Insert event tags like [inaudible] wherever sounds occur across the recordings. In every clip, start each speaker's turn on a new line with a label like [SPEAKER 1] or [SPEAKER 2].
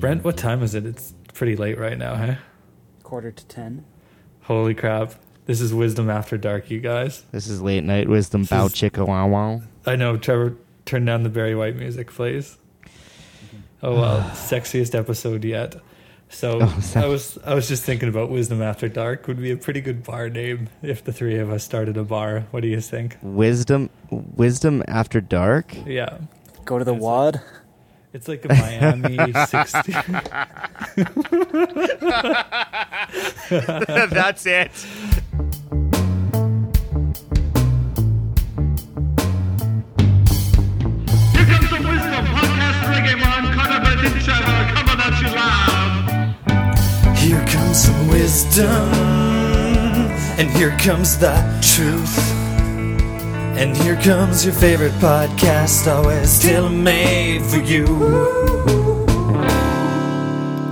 [SPEAKER 1] Brent, what time is it? It's pretty late right now, huh?
[SPEAKER 2] Quarter to ten.
[SPEAKER 1] Holy crap. This is Wisdom After Dark, you guys.
[SPEAKER 3] This is late night wisdom. Bow
[SPEAKER 1] is-
[SPEAKER 3] chicka wow wow.
[SPEAKER 1] I know, Trevor, turn down the Barry White music, please. Oh well, [sighs] sexiest episode yet. So
[SPEAKER 3] Oh, so-
[SPEAKER 1] I was I was just thinking about Wisdom After Dark would be a pretty good bar name if the three of us started a bar. What do you think?
[SPEAKER 3] Wisdom, wisdom after dark.
[SPEAKER 1] Yeah.
[SPEAKER 2] Go to the
[SPEAKER 1] That's it.
[SPEAKER 2] wad.
[SPEAKER 1] It's like a Miami 60.
[SPEAKER 3] [laughs] That's it.
[SPEAKER 4] Here comes the wisdom podcast reggae man, Connor Bedinchava, coming at you live.
[SPEAKER 5] Here comes some wisdom, and here comes the truth. And here comes your favorite podcast, always still made for you.
[SPEAKER 1] Well,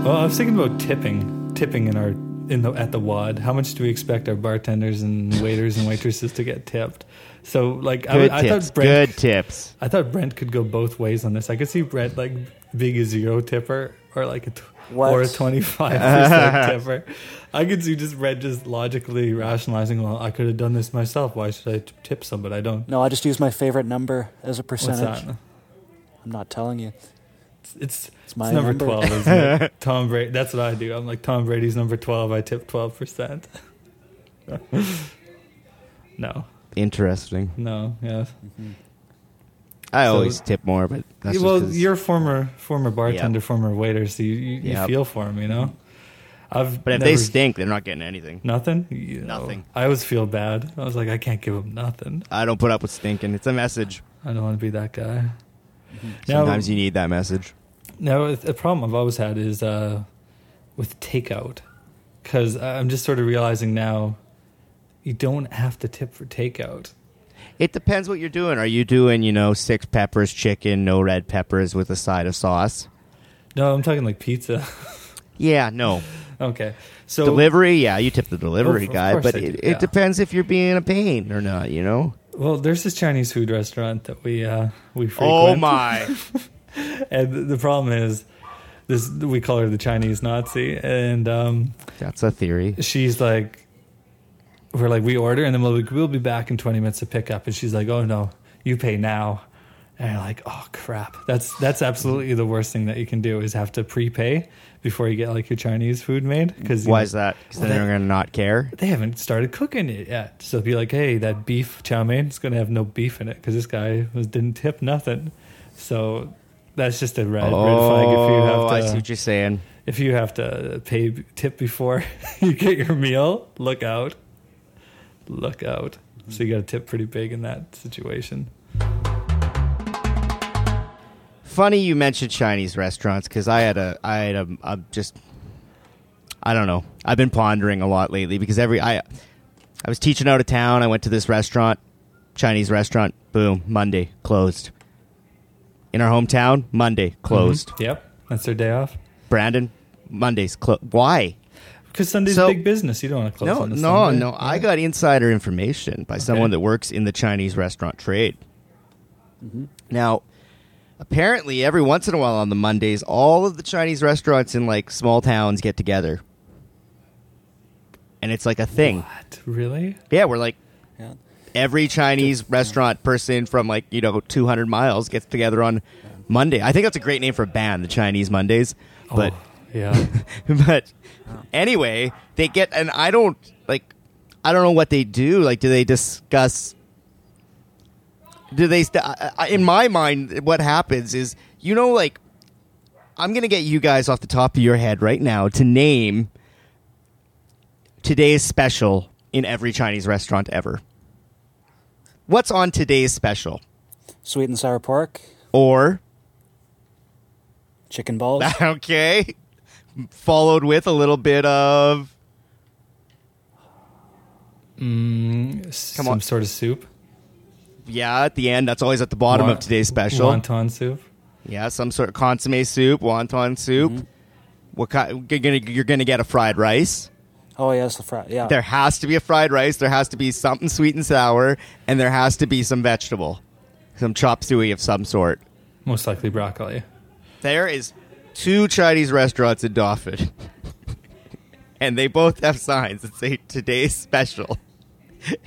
[SPEAKER 1] Oh, I was thinking about tipping, tipping in our in the at the wad. How much do we expect our bartenders and waiters and waitresses to get tipped? So, like,
[SPEAKER 3] Good
[SPEAKER 1] I, I
[SPEAKER 3] tips.
[SPEAKER 1] thought Brent,
[SPEAKER 3] Good tips.
[SPEAKER 1] I thought Brent could go both ways on this. I could see Brent like being a zero tipper or like a tw-
[SPEAKER 2] What?
[SPEAKER 1] or a twenty
[SPEAKER 2] [laughs]
[SPEAKER 1] five percent tipper. I could see just Brent just logically rationalizing. Well, I could have done this myself. Why should I t- tip somebody? I don't.
[SPEAKER 2] No, I just use my favorite number as a
[SPEAKER 1] What's
[SPEAKER 2] percentage.
[SPEAKER 1] that?
[SPEAKER 2] I'm not telling you.
[SPEAKER 1] It's it's,
[SPEAKER 2] my
[SPEAKER 1] number
[SPEAKER 2] number.
[SPEAKER 1] twelve, isn't
[SPEAKER 2] [laughs]
[SPEAKER 1] it? Tom Brady. That's what I do. I'm like Tom Brady's number twelve. I tip twelve percent. [laughs] no,
[SPEAKER 3] Interesting.
[SPEAKER 1] no, yeah.
[SPEAKER 3] I
[SPEAKER 1] So-
[SPEAKER 3] always tip more, but that's
[SPEAKER 1] well,
[SPEAKER 3] just 'cause-
[SPEAKER 1] you're a former former bartender,
[SPEAKER 3] Yeah.
[SPEAKER 1] former waiter, so you you,
[SPEAKER 3] Yeah.
[SPEAKER 1] you feel for him, you know. I've
[SPEAKER 3] But if
[SPEAKER 1] never-
[SPEAKER 3] they stink, they're not getting anything.
[SPEAKER 1] nothing, you know,
[SPEAKER 3] Nothing.
[SPEAKER 1] I always feel bad. I was like, I can't give him nothing.
[SPEAKER 3] I don't put up with stinking. It's a message.
[SPEAKER 1] I don't want to be that guy.
[SPEAKER 3] Mm-hmm. Sometimes you need that message.
[SPEAKER 1] Now, the problem I've always had is uh, with takeout, because I'm just sort of realizing now you don't have to tip for takeout.
[SPEAKER 3] It depends what you're doing. Are you doing, you know, six peppers, chicken, no red peppers with a side of sauce?
[SPEAKER 1] No, I'm talking like pizza. [laughs]
[SPEAKER 3] Yeah, no.
[SPEAKER 1] okay, so
[SPEAKER 3] Delivery, yeah, you tip the delivery
[SPEAKER 1] Of- of
[SPEAKER 3] guy,
[SPEAKER 1] course
[SPEAKER 3] but
[SPEAKER 1] I do,
[SPEAKER 3] it,
[SPEAKER 1] yeah.
[SPEAKER 3] it depends if you're being a pain or not, you know?
[SPEAKER 1] well, there's this Chinese food restaurant that we uh, we frequent.
[SPEAKER 3] Oh [laughs] my.
[SPEAKER 1] And th- the problem is this: we call her the Chinese Nazi, and um,
[SPEAKER 3] That's a theory.
[SPEAKER 1] she's like, we're like, we order, and then we'll be, we'll be back in 20 minutes to pick up. And she's like, oh no, you pay now. And you're like, oh crap. That's that's absolutely the worst thing that you can do is have to prepay before you get like your Chinese food made. Because
[SPEAKER 3] Why is that? Because
[SPEAKER 1] Well,
[SPEAKER 3] then they're
[SPEAKER 1] that-
[SPEAKER 3] going to not care.
[SPEAKER 1] They haven't started cooking it yet. So be like, hey, that beef chow mein is going to have no beef in it because this guy was, didn't tip nothing. So that's just a red, red flag if you have
[SPEAKER 3] Oh,
[SPEAKER 1] to
[SPEAKER 3] I see what you're saying.
[SPEAKER 1] if you have to pay tip before [laughs] you get your meal, look out. Look out. So you got to tip pretty big in that situation.
[SPEAKER 3] Funny you mentioned Chinese restaurants because I had a I had a I'm just I don't know. I've been pondering a lot lately because every I I was teaching out of town. I went to this restaurant, Chinese restaurant. Boom, Monday closed. In our hometown, Monday
[SPEAKER 1] Mm-hmm.
[SPEAKER 3] closed.
[SPEAKER 1] Yep. That's their day off.
[SPEAKER 3] Brandon, Monday's closed. Why?
[SPEAKER 1] Because Sunday's
[SPEAKER 3] So-
[SPEAKER 1] big business. You don't want to close
[SPEAKER 3] No,
[SPEAKER 1] on
[SPEAKER 3] no,
[SPEAKER 1] a Sunday.
[SPEAKER 3] no. I got insider information by someone that works in the Chinese restaurant trade.
[SPEAKER 2] Mm-hmm.
[SPEAKER 3] Now, apparently, every once in a while on the Mondays, all of the Chinese restaurants in like small towns get together, and it's like a thing.
[SPEAKER 1] What? Really?
[SPEAKER 3] Yeah, we're like
[SPEAKER 2] Yeah.
[SPEAKER 3] every Chinese restaurant person from like you know 200 miles gets together on Monday. I think that's a great name for a band, the Chinese Mondays. But
[SPEAKER 1] Oh,
[SPEAKER 3] [laughs]
[SPEAKER 1] yeah.
[SPEAKER 3] but anyway, they get and I don't like I don't know what they do. Like do they discuss do they st- I, I- in my mind what happens is you know like I'm going to get you guys off the top of your head right now to name today's special in every Chinese restaurant ever. What's on today's special?
[SPEAKER 2] Sweet and sour pork,
[SPEAKER 3] Or [laughs]
[SPEAKER 1] [laughs]
[SPEAKER 2] chicken balls.
[SPEAKER 3] okay, followed with a little bit of
[SPEAKER 1] Mm-hmm. Some
[SPEAKER 3] on.
[SPEAKER 1] sort of soup.
[SPEAKER 3] Yeah, at the end. That's always at the bottom
[SPEAKER 1] Wa-
[SPEAKER 3] of today's special.
[SPEAKER 1] Wonton soup.
[SPEAKER 3] Yeah, some sort of consomme soup, wonton soup. What kind, you're gonna you're gonna get a fried rice.
[SPEAKER 2] Oh yes, the fry. Yeah.
[SPEAKER 3] There has to be a fried rice. There has to be something sweet and sour, and there has to be some vegetable, some chop suey of some sort.
[SPEAKER 1] Most likely broccoli.
[SPEAKER 3] There is two Chinese restaurants in Dauphin, [laughs] and they both have signs that say "Today's Special." [laughs]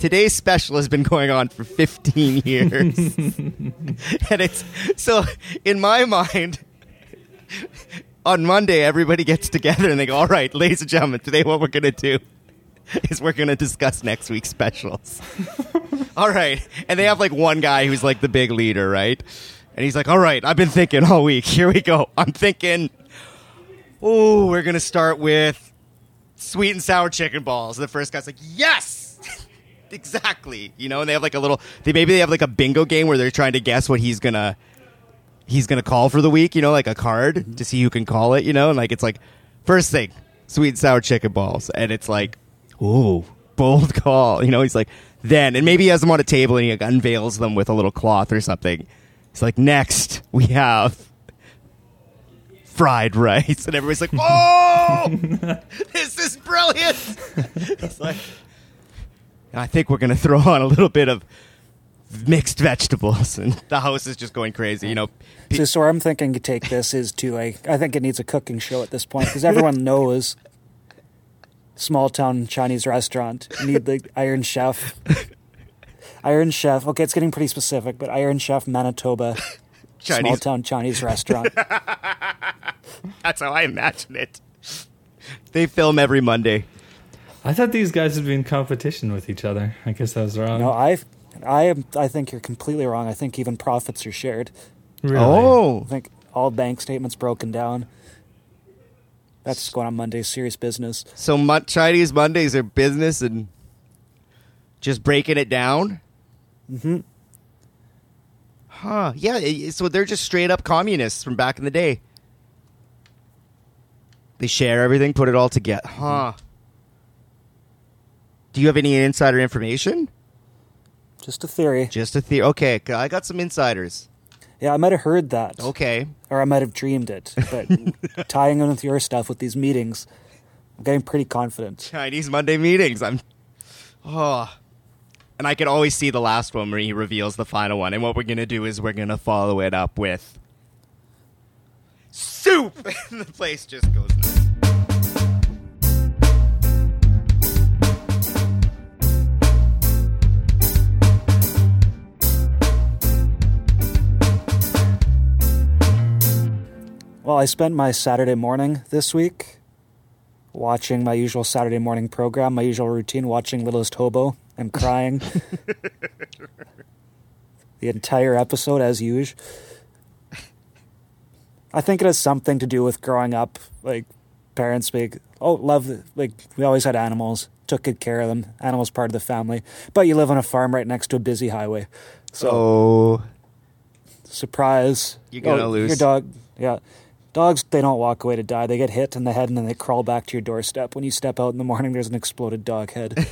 [SPEAKER 3] Today's special has been going on for 15 [laughs] years. and it's so in my mind [laughs] on Monday everybody gets together and they go, "All right, ladies and gentlemen, today what we're going to do is we're going to discuss next week's specials." [laughs] all right. And they have like one guy who's like the big leader, right? And he's like, "All right, I've been thinking all week. [laughs] Here we go. I'm thinking, oh, we're going to start with sweet and sour chicken balls." And the first guy's like, "Yes!" [laughs] exactly. You know, and they have like a little they maybe they have like a bingo game where they're trying to guess what he's going to he's going to call for the week, you know, like a card to see who can call it, you know, and like it's like first thing, sweet and sour chicken balls, and it's like, ooh, bold call, you know. He's like, then, and maybe he has them on a table and he like, unveils them with a little cloth or something. He's like, next we have fried rice, and everybody's like, oh, this is brilliant. it's like, I think we're gonna throw on a little bit of. Mixed vegetables, and the house is just going crazy. You know, Pe-
[SPEAKER 2] So, so I'm thinking you take this is to a. I think it needs a cooking show at this point
[SPEAKER 1] [laughs]
[SPEAKER 2] because everyone knows small town Chinese restaurant you need the Iron Chef. Iron Chef. Okay, it's getting pretty specific, but Iron Chef Manitoba small
[SPEAKER 3] Chinese
[SPEAKER 2] town Chinese restaurant.
[SPEAKER 3] That's how I imagine it. They film every Monday.
[SPEAKER 1] I thought these guys would be in competition with each other. I guess I was wrong.
[SPEAKER 2] no, I, I am. I think you're completely wrong. I think even profits are shared.
[SPEAKER 1] Really?
[SPEAKER 3] Oh.
[SPEAKER 2] I think all bank statements broken down. That's just going on Monday. Serious business.
[SPEAKER 3] so Mon- Chinese Mondays are business and just breaking it down. Mm-hmm. Huh? Yeah. i- So they're just straight up communists from back in the day. They share everything, put it all together. Huh? Do you have any insider information?
[SPEAKER 2] Just a theory.
[SPEAKER 3] Just a theory. Okay, I got some insiders.
[SPEAKER 2] Yeah, I might have heard that.
[SPEAKER 3] Okay.
[SPEAKER 2] or I might have dreamed it, [laughs] but tying in with your stuff with these meetings, I'm getting pretty confident.
[SPEAKER 3] Chinese Monday meetings. I'm, oh, and I can always see the last one where he reveals the final one. And what we're gonna do is we're gonna follow it up with soup. [laughs] and the place just goes. nuts.
[SPEAKER 2] Well, I spent my Saturday morning this week watching my usual Saturday morning program, my usual routine, watching Littlest Hobo and crying the entire episode as usual. I think it has something to do with growing up, like parents being, oh, love, like we always had animals, took good care of them, animals part of the family, but you live on a farm right next to a busy highway. So,
[SPEAKER 3] Oh,
[SPEAKER 2] surprise.
[SPEAKER 3] You're gonna
[SPEAKER 2] Oh, Your
[SPEAKER 3] lose.
[SPEAKER 2] dog, yeah. Dogs, they don't walk away to die. They get hit in the head and then they crawl back to your doorstep. When you step out in the morning, there's an exploded dog
[SPEAKER 3] [laughs]
[SPEAKER 2] head.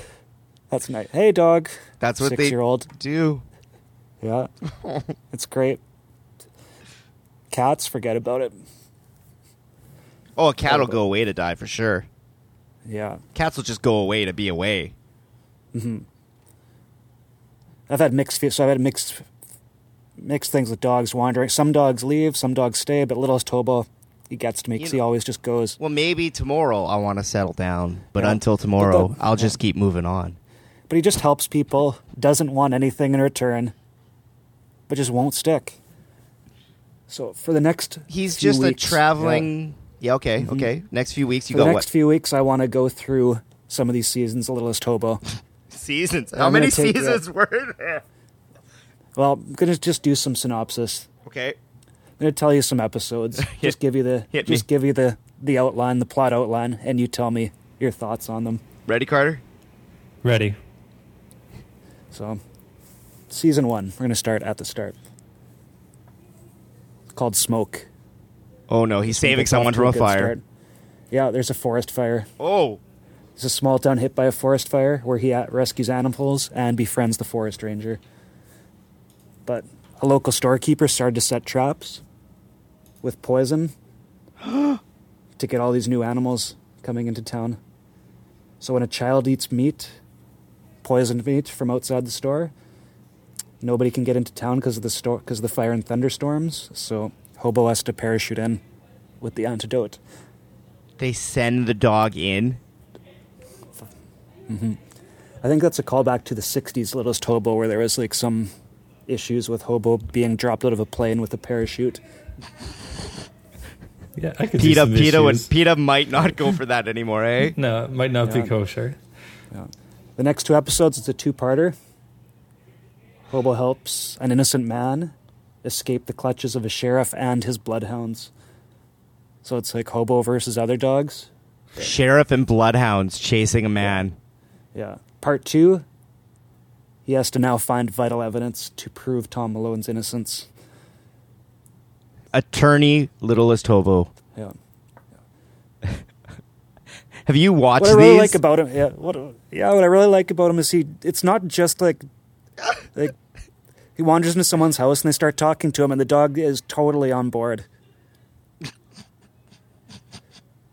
[SPEAKER 2] That's nice. Hey, dog.
[SPEAKER 3] that's what they
[SPEAKER 2] Six year old.
[SPEAKER 3] do. [laughs]
[SPEAKER 2] Yeah. it's great. Cats, forget about it.
[SPEAKER 3] Oh, a cat will go away to die for sure.
[SPEAKER 2] Yeah. Mm-hmm.
[SPEAKER 3] Cats will just go away to be away.
[SPEAKER 2] I've had mixed feelings. So I've had mixed mixed things with dogs wandering. Some dogs leave, some dogs stay. But littlest Tobo, he gets to me 'cause
[SPEAKER 3] You
[SPEAKER 2] he
[SPEAKER 3] know-
[SPEAKER 2] always just goes.
[SPEAKER 3] Well, maybe tomorrow I want to settle down, but
[SPEAKER 2] Yeah.
[SPEAKER 3] until tomorrow,
[SPEAKER 2] But the-
[SPEAKER 3] I'll just keep moving on.
[SPEAKER 2] But he just helps people. Doesn't want anything in return. But just won't stick. So for the next
[SPEAKER 3] He's
[SPEAKER 2] few
[SPEAKER 3] just
[SPEAKER 2] weeks- yeah.
[SPEAKER 3] a
[SPEAKER 2] Mm-hmm.
[SPEAKER 3] traveling. Yeah. okay. Okay. Next few weeks, you
[SPEAKER 2] For the
[SPEAKER 3] go
[SPEAKER 2] next
[SPEAKER 3] what?
[SPEAKER 2] few weeks, I want to go through some of these seasons. of Littlest
[SPEAKER 3] [laughs]
[SPEAKER 2] Hobo.
[SPEAKER 3] seasons. How
[SPEAKER 2] I'm
[SPEAKER 3] many
[SPEAKER 2] gonna take that.
[SPEAKER 3] seasons were there?
[SPEAKER 2] Well, I'm gonna just do some synopsis.
[SPEAKER 3] Okay.
[SPEAKER 2] I'm gonna tell you some episodes. just give you the
[SPEAKER 3] [laughs] hit me.
[SPEAKER 2] just give you the the outline, the plot outline, and you tell me your thoughts on them.
[SPEAKER 3] Ready, Carter?
[SPEAKER 1] Ready.
[SPEAKER 2] So, season one, we're going to start at the start. It's called Smoke.
[SPEAKER 3] Oh no, he's saving
[SPEAKER 2] It's
[SPEAKER 3] someone
[SPEAKER 2] off to
[SPEAKER 3] from a
[SPEAKER 2] good
[SPEAKER 3] fire.
[SPEAKER 2] start. Yeah, there's a forest fire.
[SPEAKER 3] Oh,
[SPEAKER 2] It's a small town hit by a forest fire where he uh, rescues animals and befriends the forest ranger. But a local storekeeper started to set traps with
[SPEAKER 3] [gasps]
[SPEAKER 2] poison to get all these new animals coming into town. So when a child eats meat, poisoned meat from outside the store, nobody can get into town because of the store because of the fire and thunderstorms. So Hobo has to parachute in with the antidote.
[SPEAKER 3] They send the dog in.
[SPEAKER 2] I think that's a callback to the 60s Littlest Hobo, where there was like some issues with Hobo being dropped out of a plane with a parachute.
[SPEAKER 1] Yeah, I could do
[SPEAKER 3] PETA,
[SPEAKER 1] some
[SPEAKER 3] PETA, would,
[SPEAKER 1] issues.
[SPEAKER 3] PETA might not go for that anymore, eh?
[SPEAKER 1] No, it might not
[SPEAKER 2] Yeah.
[SPEAKER 1] be kosher.
[SPEAKER 2] The next two episodes, it's a two parter. Hobo helps an innocent man escape the clutches of a sheriff and his bloodhounds. So it's like Hobo versus other dogs.
[SPEAKER 3] Sheriff and bloodhounds chasing a man.
[SPEAKER 2] Yeah. Part two, he has to now find vital evidence to prove Tom Malone's innocence.
[SPEAKER 3] Attorney Littlest Hobo.
[SPEAKER 2] Yeah.
[SPEAKER 3] Have you watched
[SPEAKER 2] What I really
[SPEAKER 3] these?
[SPEAKER 2] like about him, yeah, what, yeah, what I really like about him is he. It's not just like, like, he wanders into someone's house and they start talking to him, and the dog is totally on board.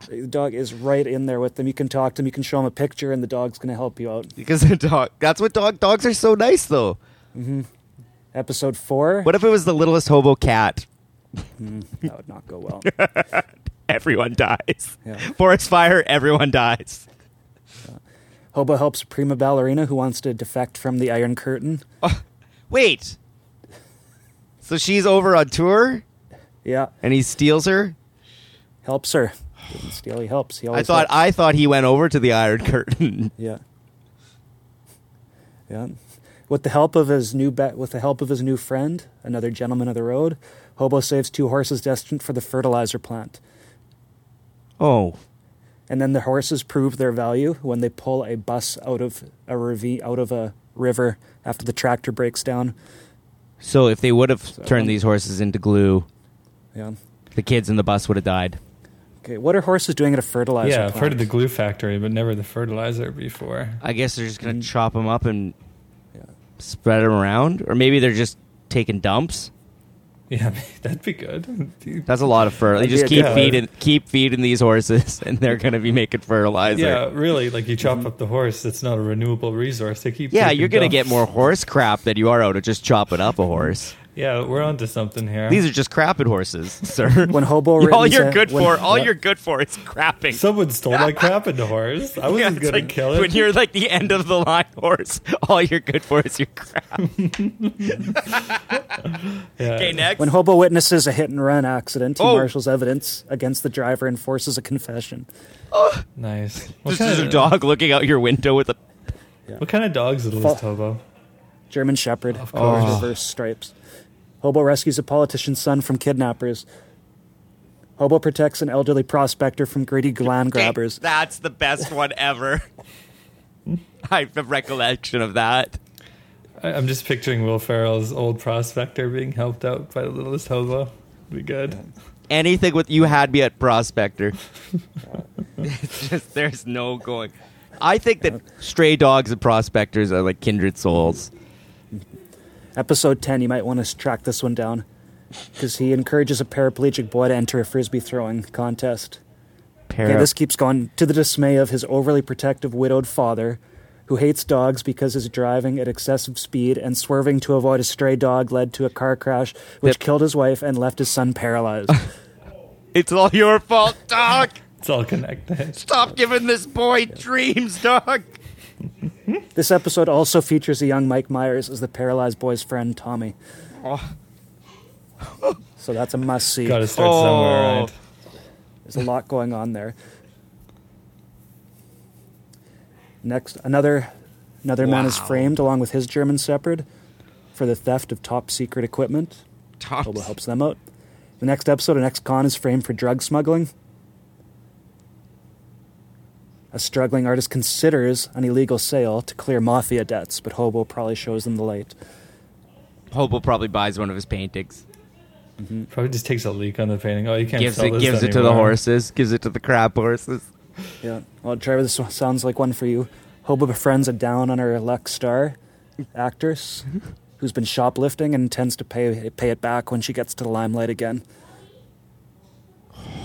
[SPEAKER 2] The dog is right in there with them. You can talk to him, you can show him a picture, and the dog's going to help you out.
[SPEAKER 3] because the dog. That's what dog. Dogs are so nice, though.
[SPEAKER 2] Episode four,
[SPEAKER 3] What if it was the Littlest Hobo cat?
[SPEAKER 2] that would not go well. [laughs]
[SPEAKER 3] Everyone dies.
[SPEAKER 2] Yeah.
[SPEAKER 3] Forest fire. Everyone dies.
[SPEAKER 2] Hobo helps a prima ballerina who wants to defect from the Iron Curtain.
[SPEAKER 3] Oh, Wait. So she's over on tour,
[SPEAKER 2] Yeah,
[SPEAKER 3] and he steals her.
[SPEAKER 2] helps her. Didn't steal, he helps. He
[SPEAKER 3] I
[SPEAKER 2] always
[SPEAKER 3] thought
[SPEAKER 2] helps.
[SPEAKER 3] I thought he went over to the Iron [laughs] Curtain.
[SPEAKER 2] Yeah. Yeah. With the help of his new be- with the help of his new friend, another gentleman of the road, Hobo saves two horses destined for the fertilizer plant.
[SPEAKER 3] oh,
[SPEAKER 2] And then the horses prove their value when they pull a bus out of a ravine out of a river after the tractor breaks down.
[SPEAKER 3] so if they would have turned these horses into glue,
[SPEAKER 2] Yeah.
[SPEAKER 3] the kids in the bus would have died.
[SPEAKER 2] Okay, what are horses doing at a fertilizer
[SPEAKER 1] yeah,
[SPEAKER 2] plant?
[SPEAKER 1] I've heard of the glue factory, but never the fertilizer before. [laughs]
[SPEAKER 3] I guess they're just gonna chop them up and spread them around, or maybe they're just taking dumps.
[SPEAKER 1] Yeah, that'd be good.
[SPEAKER 3] That's a lot of fertilizer. They
[SPEAKER 2] That'd
[SPEAKER 3] just
[SPEAKER 2] be a
[SPEAKER 3] keep
[SPEAKER 1] good-
[SPEAKER 3] feeding, keep feeding these horses, [laughs] and they're gonna be making fertilizer.
[SPEAKER 1] Yeah, really. Like you chop up the horse, it's not a renewable resource. They keep.
[SPEAKER 3] Mm-hmm. Yeah,
[SPEAKER 1] taking
[SPEAKER 3] you're gonna
[SPEAKER 1] dumps.
[SPEAKER 3] get more horse crap than you are out of just chopping up a horse.
[SPEAKER 1] Yeah, we're onto something here.
[SPEAKER 3] [laughs] These are just crapping horses, [laughs] sir.
[SPEAKER 2] when Hobo
[SPEAKER 3] all
[SPEAKER 2] riddens
[SPEAKER 3] you're
[SPEAKER 2] a-
[SPEAKER 3] good
[SPEAKER 2] when-
[SPEAKER 3] for, all
[SPEAKER 2] yeah.
[SPEAKER 3] you're good for, is crapping.
[SPEAKER 1] Someone stole my crap into horse.
[SPEAKER 3] [laughs]
[SPEAKER 1] I wasn't
[SPEAKER 3] it's
[SPEAKER 1] gonna
[SPEAKER 3] like
[SPEAKER 1] kill it.
[SPEAKER 3] When you're like the end of the line horse, [laughs] all you're good for is your crap.
[SPEAKER 1] Yeah.
[SPEAKER 3] Okay, next. [laughs]
[SPEAKER 2] when Hobo witnesses a hit and run accident, he
[SPEAKER 3] Oh.
[SPEAKER 2] marshals evidence against the driver and forces a confession.
[SPEAKER 1] Nice. What
[SPEAKER 3] Just
[SPEAKER 1] kind,
[SPEAKER 3] there's a
[SPEAKER 1] of,
[SPEAKER 3] dog looking out your window with a.
[SPEAKER 1] what kind of dogs is
[SPEAKER 2] Fo-
[SPEAKER 1] Liz Tobo?
[SPEAKER 2] German Shepherd,
[SPEAKER 1] Of course.
[SPEAKER 2] with reverse stripes. Hobo rescues a politician's son from kidnappers. Hobo protects an elderly prospector from greedy land [laughs] grabbers.
[SPEAKER 3] [laughs] That's the best one ever. [laughs] I have a recollection of that.
[SPEAKER 1] I, I'm just picturing Will Ferrell's old prospector being helped out by the littlest hobo. Be good.
[SPEAKER 3] anything with you had me at prospector. [laughs] it's just there's no going. I think that stray dogs and prospectors are like kindred souls.
[SPEAKER 2] Episode 10, you might want to track this one down because he encourages a paraplegic boy to enter a frisbee throwing contest. Okay, this keeps going to the dismay of his overly protective widowed father, who hates dogs because his driving at excessive speed and swerving to avoid a stray dog led to a car crash, which
[SPEAKER 3] Yep.
[SPEAKER 2] killed his wife and left his son paralyzed.
[SPEAKER 3] it's all your fault, dog.
[SPEAKER 1] It's all connected.
[SPEAKER 3] Stop giving this boy dreams, dog.
[SPEAKER 2] This episode also features a young Mike Myers as the paralyzed boy's friend Tommy.
[SPEAKER 3] Oh.
[SPEAKER 2] So that's a must see.
[SPEAKER 1] Got to start
[SPEAKER 3] Oh.
[SPEAKER 1] somewhere, right?
[SPEAKER 2] There's a lot going on there. Next, another another man is
[SPEAKER 3] Wow.
[SPEAKER 2] framed along with his German shepherd for the theft of top secret equipment.
[SPEAKER 3] Tom
[SPEAKER 2] Hobo helps them out. The next episode, an ex-con is framed for drug smuggling. A struggling artist considers an illegal sale to clear mafia debts, but Hobo probably shows them the light.
[SPEAKER 3] Hobo probably buys one of his paintings.
[SPEAKER 1] Probably just takes a leak on the painting. Oh, you can't
[SPEAKER 3] Gives
[SPEAKER 1] sell
[SPEAKER 3] it
[SPEAKER 1] this
[SPEAKER 3] gives it to the
[SPEAKER 1] anymore.
[SPEAKER 3] horses, gives it to the crap horses.
[SPEAKER 2] Yeah. Well, Trevor, this one sounds like one for you. Hobo befriends a down on her luck star actress who's been shoplifting and intends to pay pay it back when she gets to the limelight again.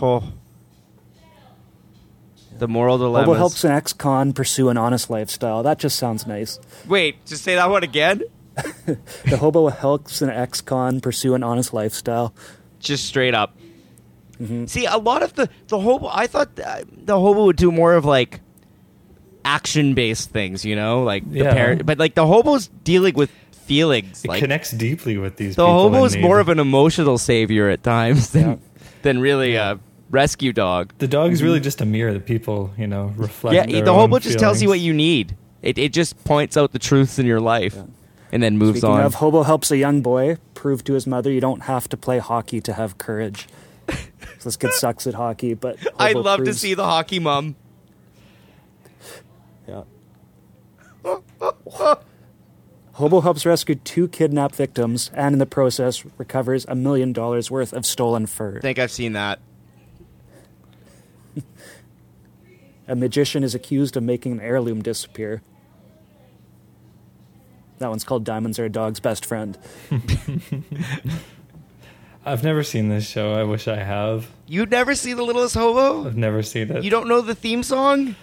[SPEAKER 3] Oh. The moral dilemma.
[SPEAKER 2] Hobo helps an ex-con pursue an honest lifestyle. That just sounds nice.
[SPEAKER 3] Wait, just say that one again.
[SPEAKER 2] The hobo helps an ex-con pursue an honest lifestyle.
[SPEAKER 3] just straight up. See, a lot of the the hobo, I thought uh, the hobo would do more of like action based things, you know, like the
[SPEAKER 1] Yeah.
[SPEAKER 3] parent, but like the hobo's dealing with feelings.
[SPEAKER 1] It
[SPEAKER 3] like
[SPEAKER 1] connects deeply with these.
[SPEAKER 3] the
[SPEAKER 1] people in
[SPEAKER 3] hobo's
[SPEAKER 1] need.
[SPEAKER 3] more of an emotional savior at times than than really a rescue dog.
[SPEAKER 1] The dog is really just a mirror. The people, you know, reflect.
[SPEAKER 3] Mm. Yeah,
[SPEAKER 1] their
[SPEAKER 3] the
[SPEAKER 1] own
[SPEAKER 3] hobo just tells you what
[SPEAKER 1] feelings.
[SPEAKER 3] you need. It it just points out the truths in your life, and then moves
[SPEAKER 2] Speaking
[SPEAKER 3] on.
[SPEAKER 2] of, Hobo helps a young boy prove to his mother you don't have to play hockey to have courage.
[SPEAKER 3] [laughs]
[SPEAKER 2] So this kid sucks at hockey, but Hobo
[SPEAKER 3] I love
[SPEAKER 2] proves-
[SPEAKER 3] to see the hockey mom.
[SPEAKER 2] Yeah. Hobo helps rescue two kidnapped victims and in the process recovers a million dollars worth of stolen fur.
[SPEAKER 3] I think I've seen that.
[SPEAKER 2] A magician is accused of making an heirloom disappear. That one's called Diamonds Are a Dog's Best Friend.
[SPEAKER 1] I've never seen this show. I wish I have.
[SPEAKER 3] You'd never see the littlest hobo.
[SPEAKER 1] I've never seen it.
[SPEAKER 3] You don't know the theme song.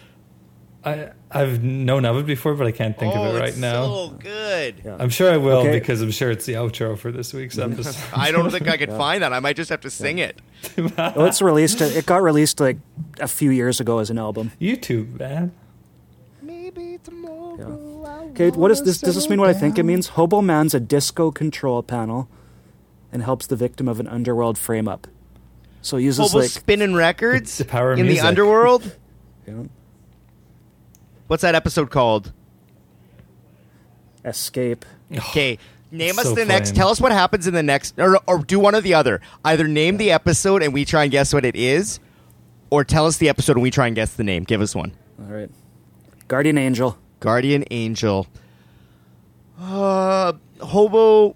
[SPEAKER 1] I I've known of it before, but I can't think
[SPEAKER 3] oh,
[SPEAKER 1] of it right
[SPEAKER 3] it's
[SPEAKER 1] now.
[SPEAKER 3] So good.
[SPEAKER 1] I'm sure I will
[SPEAKER 2] Okay.
[SPEAKER 1] because I'm sure it's the outro for this week's episode.
[SPEAKER 3] [laughs]
[SPEAKER 1] [laughs]
[SPEAKER 3] I don't think I could find that. I might just have to sing it.
[SPEAKER 2] Well, it's released. It got released like a few years ago as an album.
[SPEAKER 1] YouTube, man.
[SPEAKER 3] Maybe tomorrow.
[SPEAKER 2] Okay, what is this? Does this mean what I think it means? Hobo Man's a disco control panel, and helps the victim of an underworld frame up. So he uses
[SPEAKER 3] Hobo
[SPEAKER 2] like
[SPEAKER 3] spinning records
[SPEAKER 1] The power of
[SPEAKER 3] in
[SPEAKER 1] music. [laughs]
[SPEAKER 3] the underworld.
[SPEAKER 2] you know,
[SPEAKER 3] What's that episode called?
[SPEAKER 2] escape.
[SPEAKER 3] Okay. Name us
[SPEAKER 1] so
[SPEAKER 3] the next.
[SPEAKER 1] plain.
[SPEAKER 3] Tell us what happens in the next, or, or do one or the other. Either name the episode and we try and guess what it is, or tell us the episode and we try and guess the name. Give us one.
[SPEAKER 2] All right, guardian angel.
[SPEAKER 3] Guardian Angel. Uh, hobo.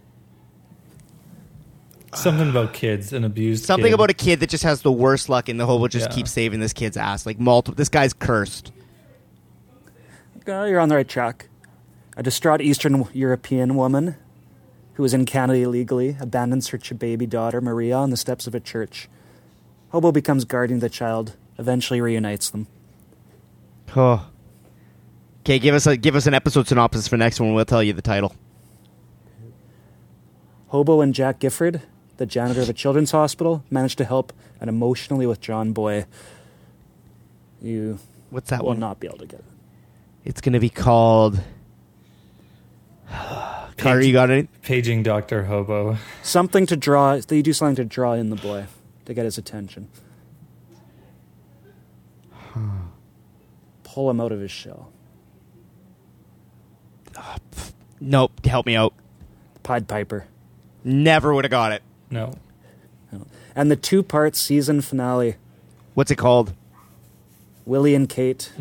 [SPEAKER 1] Something about kids and abused.
[SPEAKER 3] Something
[SPEAKER 1] kid.
[SPEAKER 3] about a kid that just has the worst luck, and the hobo just
[SPEAKER 1] Yeah.
[SPEAKER 3] keeps saving this kid's ass. Like multiple. This guy's cursed.
[SPEAKER 2] Oh, you're on the right track. A distraught Eastern European woman who is in Canada illegally abandons her ch- baby daughter Maria on the steps of a church. Hobo becomes guardian of the child, eventually reunites them.
[SPEAKER 3] Oh. Okay, give us a give us an episode synopsis for next one. We'll tell you the title.
[SPEAKER 2] Hobo and Jack Gifford, the janitor of a children's hospital, managed to help an emotionally withdrawn boy. You
[SPEAKER 3] What's that
[SPEAKER 2] will
[SPEAKER 3] one?
[SPEAKER 2] not be able to get it.
[SPEAKER 3] It's gonna be called. [sighs] Carter, you got it.
[SPEAKER 1] paging Doctor Hobo.
[SPEAKER 2] Something to draw. They do something to draw in the boy to get his attention. Pull him out of his shell.
[SPEAKER 3] Nope. Help me out.
[SPEAKER 2] Pied Piper.
[SPEAKER 3] Never would have got it.
[SPEAKER 1] No,
[SPEAKER 2] And the two part season finale
[SPEAKER 3] What's it called?
[SPEAKER 2] Willie and Kate.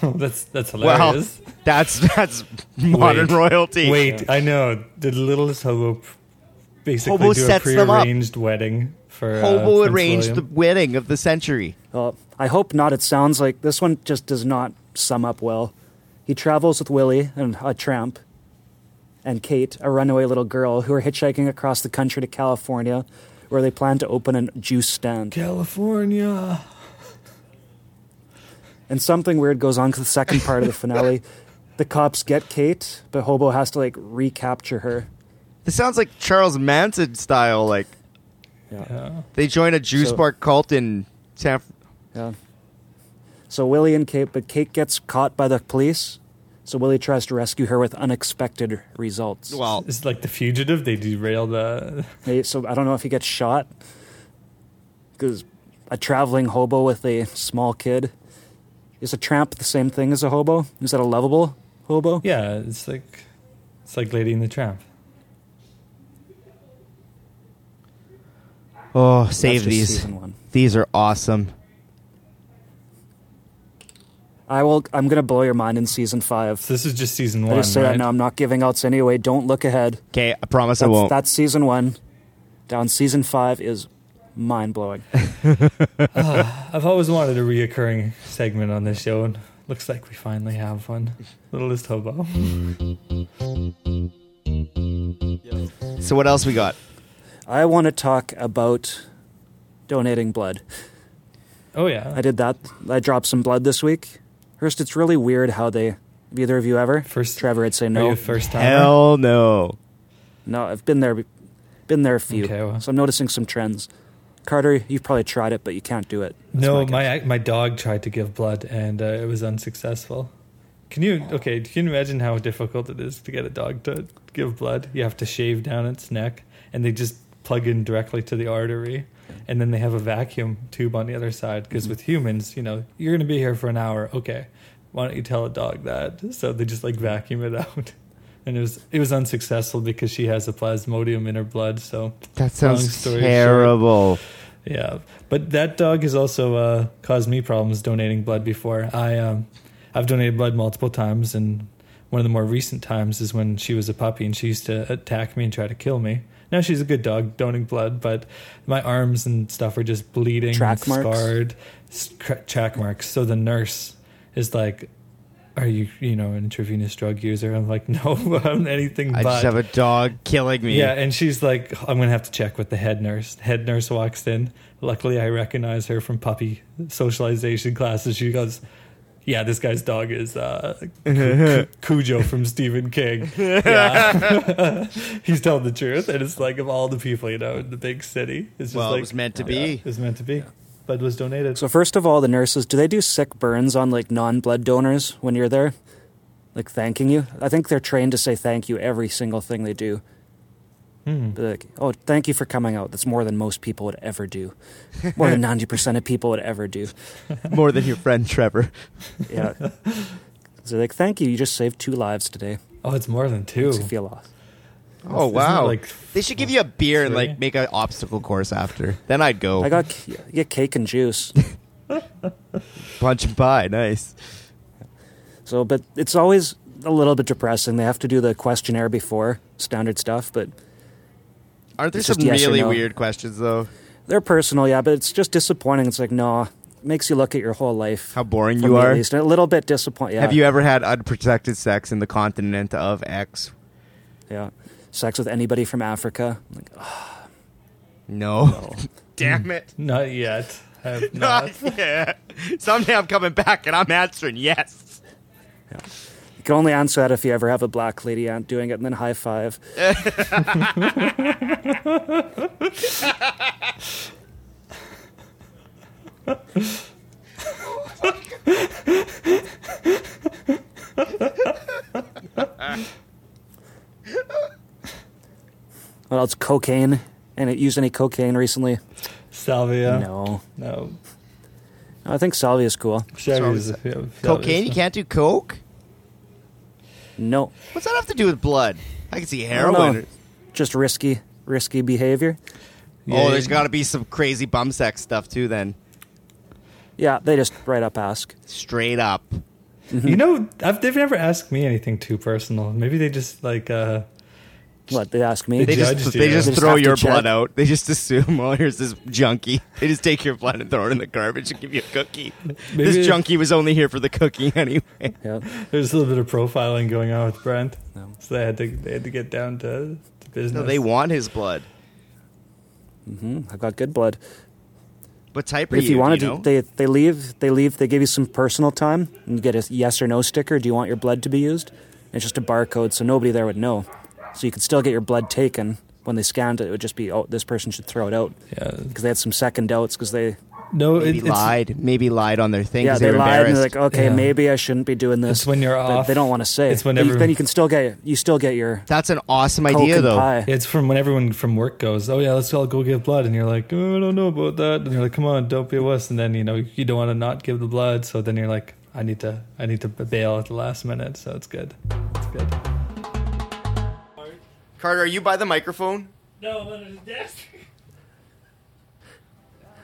[SPEAKER 1] that's that's
[SPEAKER 3] Well,
[SPEAKER 1] hilarious.
[SPEAKER 3] [laughs] that's that's modern
[SPEAKER 1] Wait.
[SPEAKER 3] royalty.
[SPEAKER 1] Wait, I know. The littlest hobo p- basically
[SPEAKER 3] Hobo
[SPEAKER 1] do a
[SPEAKER 3] sets them up.
[SPEAKER 1] prearranged wedding for
[SPEAKER 3] Hobo
[SPEAKER 1] uh, Prince
[SPEAKER 3] arranged the
[SPEAKER 1] William.
[SPEAKER 3] wedding of the century.
[SPEAKER 2] Well, I hope not. It sounds like this one just does not sum up well. He travels with Willie and a tramp and Kate, a runaway little girl, who are hitchhiking across the country to California, where they plan to open a juice stand.
[SPEAKER 1] California.
[SPEAKER 2] And something weird goes on to the second part of the finale. The cops get Kate, but Hobo has to like recapture her.
[SPEAKER 3] This sounds like Charles Manson style. Like
[SPEAKER 1] Yeah.
[SPEAKER 3] they join a juice
[SPEAKER 2] So-
[SPEAKER 3] bar cult in San. Fr-
[SPEAKER 2] Yeah. So Willie and Kate, but Kate gets caught by the police. So Willie tries to rescue her with unexpected results.
[SPEAKER 3] Well,
[SPEAKER 1] It's like the fugitive. They derail the.
[SPEAKER 2] Maybe- so I don't know if he gets shot because a traveling hobo with a small kid is a tramp the same thing as a hobo? Is that a lovable hobo?
[SPEAKER 1] Yeah, it's like it's like Lady in the Tramp.
[SPEAKER 3] oh,
[SPEAKER 2] That's
[SPEAKER 3] save
[SPEAKER 2] just
[SPEAKER 3] these.
[SPEAKER 2] Season one.
[SPEAKER 3] These are awesome.
[SPEAKER 2] I will. I'm gonna blow your mind in season five.
[SPEAKER 1] So this is just season
[SPEAKER 2] I
[SPEAKER 1] one.
[SPEAKER 2] just say
[SPEAKER 1] right?
[SPEAKER 2] that now. I'm not giving outs anyway. Don't look ahead.
[SPEAKER 3] Okay, I promise I
[SPEAKER 2] That's,
[SPEAKER 3] won't.
[SPEAKER 2] that's season one. Down season five is mind
[SPEAKER 1] [laughs]
[SPEAKER 2] blowing.
[SPEAKER 1] I've always wanted a reoccurring segment on this show, and looks like we finally have one. Littlest
[SPEAKER 2] [laughs]
[SPEAKER 1] Hobo.
[SPEAKER 3] So what else we got?
[SPEAKER 2] I want to talk about donating blood.
[SPEAKER 1] Oh yeah,
[SPEAKER 2] I did that. I dropped some blood this week. First, it's really weird how they. Have either of you ever?
[SPEAKER 1] First-
[SPEAKER 2] Trevor, I'd say
[SPEAKER 1] Are you
[SPEAKER 2] no.
[SPEAKER 1] a first timer?
[SPEAKER 3] Hell no.
[SPEAKER 2] No, I've been there. be- Been there a few.
[SPEAKER 1] Okay, well.
[SPEAKER 2] So I'm noticing some trends. Carter, you've probably tried it, but you can't do it. That's
[SPEAKER 1] no,
[SPEAKER 2] guess.
[SPEAKER 1] my my dog tried to give blood and uh, it was unsuccessful. Can you okay? Can you imagine how difficult it is to get a dog to give blood? You have to shave down its neck, and they just plug in directly to the artery, and then they have a vacuum tube on the other side. Because with humans, you know, you're going to be here for an hour. Okay, why don't you tell a dog that? So they just like vacuum it [laughs] out, and it was it was unsuccessful because she has a plasmodium in her blood. So
[SPEAKER 3] That
[SPEAKER 1] Long
[SPEAKER 3] sounds
[SPEAKER 1] story
[SPEAKER 3] terrible.
[SPEAKER 1] yeah, but that dog has also uh, caused me problems donating blood before. I um, I've donated blood multiple times, and one of the more recent times is when she was a puppy and she used to attack me and try to kill me. Now she's a good dog, donating blood, but my arms and stuff are just bleeding,
[SPEAKER 2] Track
[SPEAKER 1] and
[SPEAKER 2] marks?
[SPEAKER 1] scarred, s- cra- track marks. So the nurse is like. Are you, you know, an intravenous drug user? I'm like, [laughs] no, I'm anything
[SPEAKER 3] I
[SPEAKER 1] but.
[SPEAKER 3] just have a dog killing me.
[SPEAKER 1] Yeah, and she's like, I'm gonna have to check with the head nurse. Head nurse walks in. Luckily, I recognize her from puppy socialization classes. She goes, "Yeah, this guy's dog is
[SPEAKER 2] [laughs]
[SPEAKER 1] uh, Cu- Cu- Cujo from Stephen King. Yeah. [laughs] He's telling the truth." And it's like of all the people, you know, in the big city, it's just
[SPEAKER 3] Well,
[SPEAKER 1] like
[SPEAKER 3] it was meant to
[SPEAKER 1] yeah,
[SPEAKER 3] be.
[SPEAKER 1] it was meant to be. Blood was donated.
[SPEAKER 2] So first of all, the nurses do they do sick burns on like non-blood donors when you're there, like thanking you? I think they're trained to say thank you every single thing they do.
[SPEAKER 1] Hmm.
[SPEAKER 2] Be Like, oh, thank you for coming out. That's more than most people would ever do.
[SPEAKER 1] [laughs]
[SPEAKER 2] More than ninety percent of people would ever do.
[SPEAKER 3] More than your friend
[SPEAKER 2] [laughs]
[SPEAKER 3] Trevor.
[SPEAKER 1] [laughs]
[SPEAKER 2] Yeah. So like, thank you. You just saved two lives today.
[SPEAKER 1] oh, it's more than two.
[SPEAKER 2] Makes you feel awesome.
[SPEAKER 3] Oh
[SPEAKER 1] Isn't it
[SPEAKER 3] wow!
[SPEAKER 1] like-
[SPEAKER 3] they should give you a beer and
[SPEAKER 1] Three?
[SPEAKER 3] like make an obstacle course after. Then I'd go
[SPEAKER 2] I got c- I get cake and juice.
[SPEAKER 3] punch and pie. Nice.
[SPEAKER 2] So, but it's always a little bit depressing. They have to do the questionnaire before standard stuff, but
[SPEAKER 3] Aren't there
[SPEAKER 2] It's
[SPEAKER 3] some
[SPEAKER 2] just yes or
[SPEAKER 3] really
[SPEAKER 2] no.
[SPEAKER 3] weird questions though?
[SPEAKER 2] They're personal, yeah, but it's just disappointing. It's like, no, it makes you look at your whole life.
[SPEAKER 3] How boring
[SPEAKER 2] for
[SPEAKER 3] you
[SPEAKER 2] me at
[SPEAKER 3] are.
[SPEAKER 2] least. A little bit disappointing. Yeah.
[SPEAKER 3] Have you ever had unprotected sex in the continent of X?
[SPEAKER 2] Yeah. Sex with anybody from Africa? I'm like, "Ugh,
[SPEAKER 3] No. [laughs] Damn it.
[SPEAKER 1] Not yet. I
[SPEAKER 2] [laughs]
[SPEAKER 1] have not.
[SPEAKER 3] [laughs] Not yet. Someday I'm coming back and I'm answering yes.
[SPEAKER 2] you can only answer that if you ever have a black lady aunt doing it, and then high five. What else? Cocaine? And it used any cocaine recently?
[SPEAKER 1] Salvia.
[SPEAKER 2] No.
[SPEAKER 1] No.
[SPEAKER 2] No, I think salvia is cool.
[SPEAKER 1] Salvia's-
[SPEAKER 3] with
[SPEAKER 1] yeah,
[SPEAKER 3] Cocaine?
[SPEAKER 1] salvia's-
[SPEAKER 3] You can't do coke?
[SPEAKER 2] No,
[SPEAKER 3] What's that have to do with blood? I can see
[SPEAKER 2] don't know.
[SPEAKER 3] heroin.
[SPEAKER 2] just risky, risky behavior.
[SPEAKER 3] oh,
[SPEAKER 1] Yeah,
[SPEAKER 3] there's
[SPEAKER 1] yeah.
[SPEAKER 3] got to be some crazy bum sex stuff too. Then
[SPEAKER 2] Yeah, they just right up ask.
[SPEAKER 3] straight up,
[SPEAKER 1] You know, I've, they've never asked me anything too personal. Maybe they just like, uh,
[SPEAKER 2] What they ask me?
[SPEAKER 3] they
[SPEAKER 1] They
[SPEAKER 3] just
[SPEAKER 1] judged
[SPEAKER 3] they
[SPEAKER 1] you.
[SPEAKER 3] just
[SPEAKER 2] They just
[SPEAKER 3] throw
[SPEAKER 2] have to
[SPEAKER 3] your
[SPEAKER 2] check.
[SPEAKER 3] blood out. They just assume, [laughs] oh, here's this junkie. They just take your blood and throw it in the garbage and give you a cookie.
[SPEAKER 1] Maybe-
[SPEAKER 3] this junkie was only here for the cookie [laughs] anyway.
[SPEAKER 2] yeah.
[SPEAKER 1] there's a little bit of profiling going on with Brent. So they had to they had to get down to, to business.
[SPEAKER 3] No, they want his blood.
[SPEAKER 2] I've got good blood.
[SPEAKER 3] What type are
[SPEAKER 2] If you,
[SPEAKER 3] you
[SPEAKER 2] want to,
[SPEAKER 3] know?
[SPEAKER 2] do, they they leave. They leave. They give you some personal time and you get a yes or no sticker. Do you want your blood to be used? It's just a barcode, so nobody there would know. So you could still get your blood taken. When they scanned it, it would just be, oh, this person should throw it out
[SPEAKER 1] yeah.
[SPEAKER 2] because they had some second doubts because they,
[SPEAKER 1] No, it,
[SPEAKER 3] Maybe
[SPEAKER 1] it's,
[SPEAKER 3] lied. Maybe lied on their thing.
[SPEAKER 2] yeah,
[SPEAKER 3] 'cause
[SPEAKER 2] they
[SPEAKER 3] were
[SPEAKER 2] lied and they're
[SPEAKER 3] embarrassed.
[SPEAKER 2] like, okay,
[SPEAKER 1] Yeah.
[SPEAKER 2] maybe I shouldn't be doing this.
[SPEAKER 1] It's when you're
[SPEAKER 2] But
[SPEAKER 1] off.
[SPEAKER 2] They don't want to say.
[SPEAKER 1] It's when
[SPEAKER 2] But you-
[SPEAKER 1] everyone-
[SPEAKER 2] then you can still get you still get your
[SPEAKER 3] That's an awesome
[SPEAKER 2] "Oh, coke
[SPEAKER 3] idea,
[SPEAKER 2] and
[SPEAKER 3] though.
[SPEAKER 2] pie.
[SPEAKER 1] it's from when everyone from work goes, oh yeah, let's all go give blood, and you're like, oh, I don't know about that, and you're like, come on, don't be a wuss, and then you know you don't want to not give the blood, so then you're like, I need to I need to bail at the last minute, so it's good, it's good.
[SPEAKER 3] Carter, are you by the microphone?
[SPEAKER 6] No, I'm under the desk.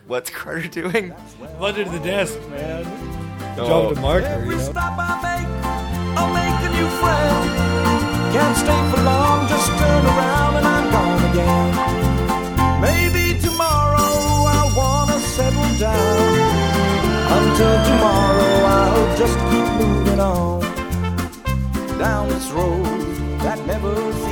[SPEAKER 3] What's Carter doing?
[SPEAKER 6] I'm under the desk, man.
[SPEAKER 1] Job to Mark, you know?
[SPEAKER 7] stop I make, I'll make a new friend. Can't stay for long, just turn around and I'm gone again. Maybe tomorrow I wanna settle down. Until tomorrow I'll just keep moving on. Down this road that never seems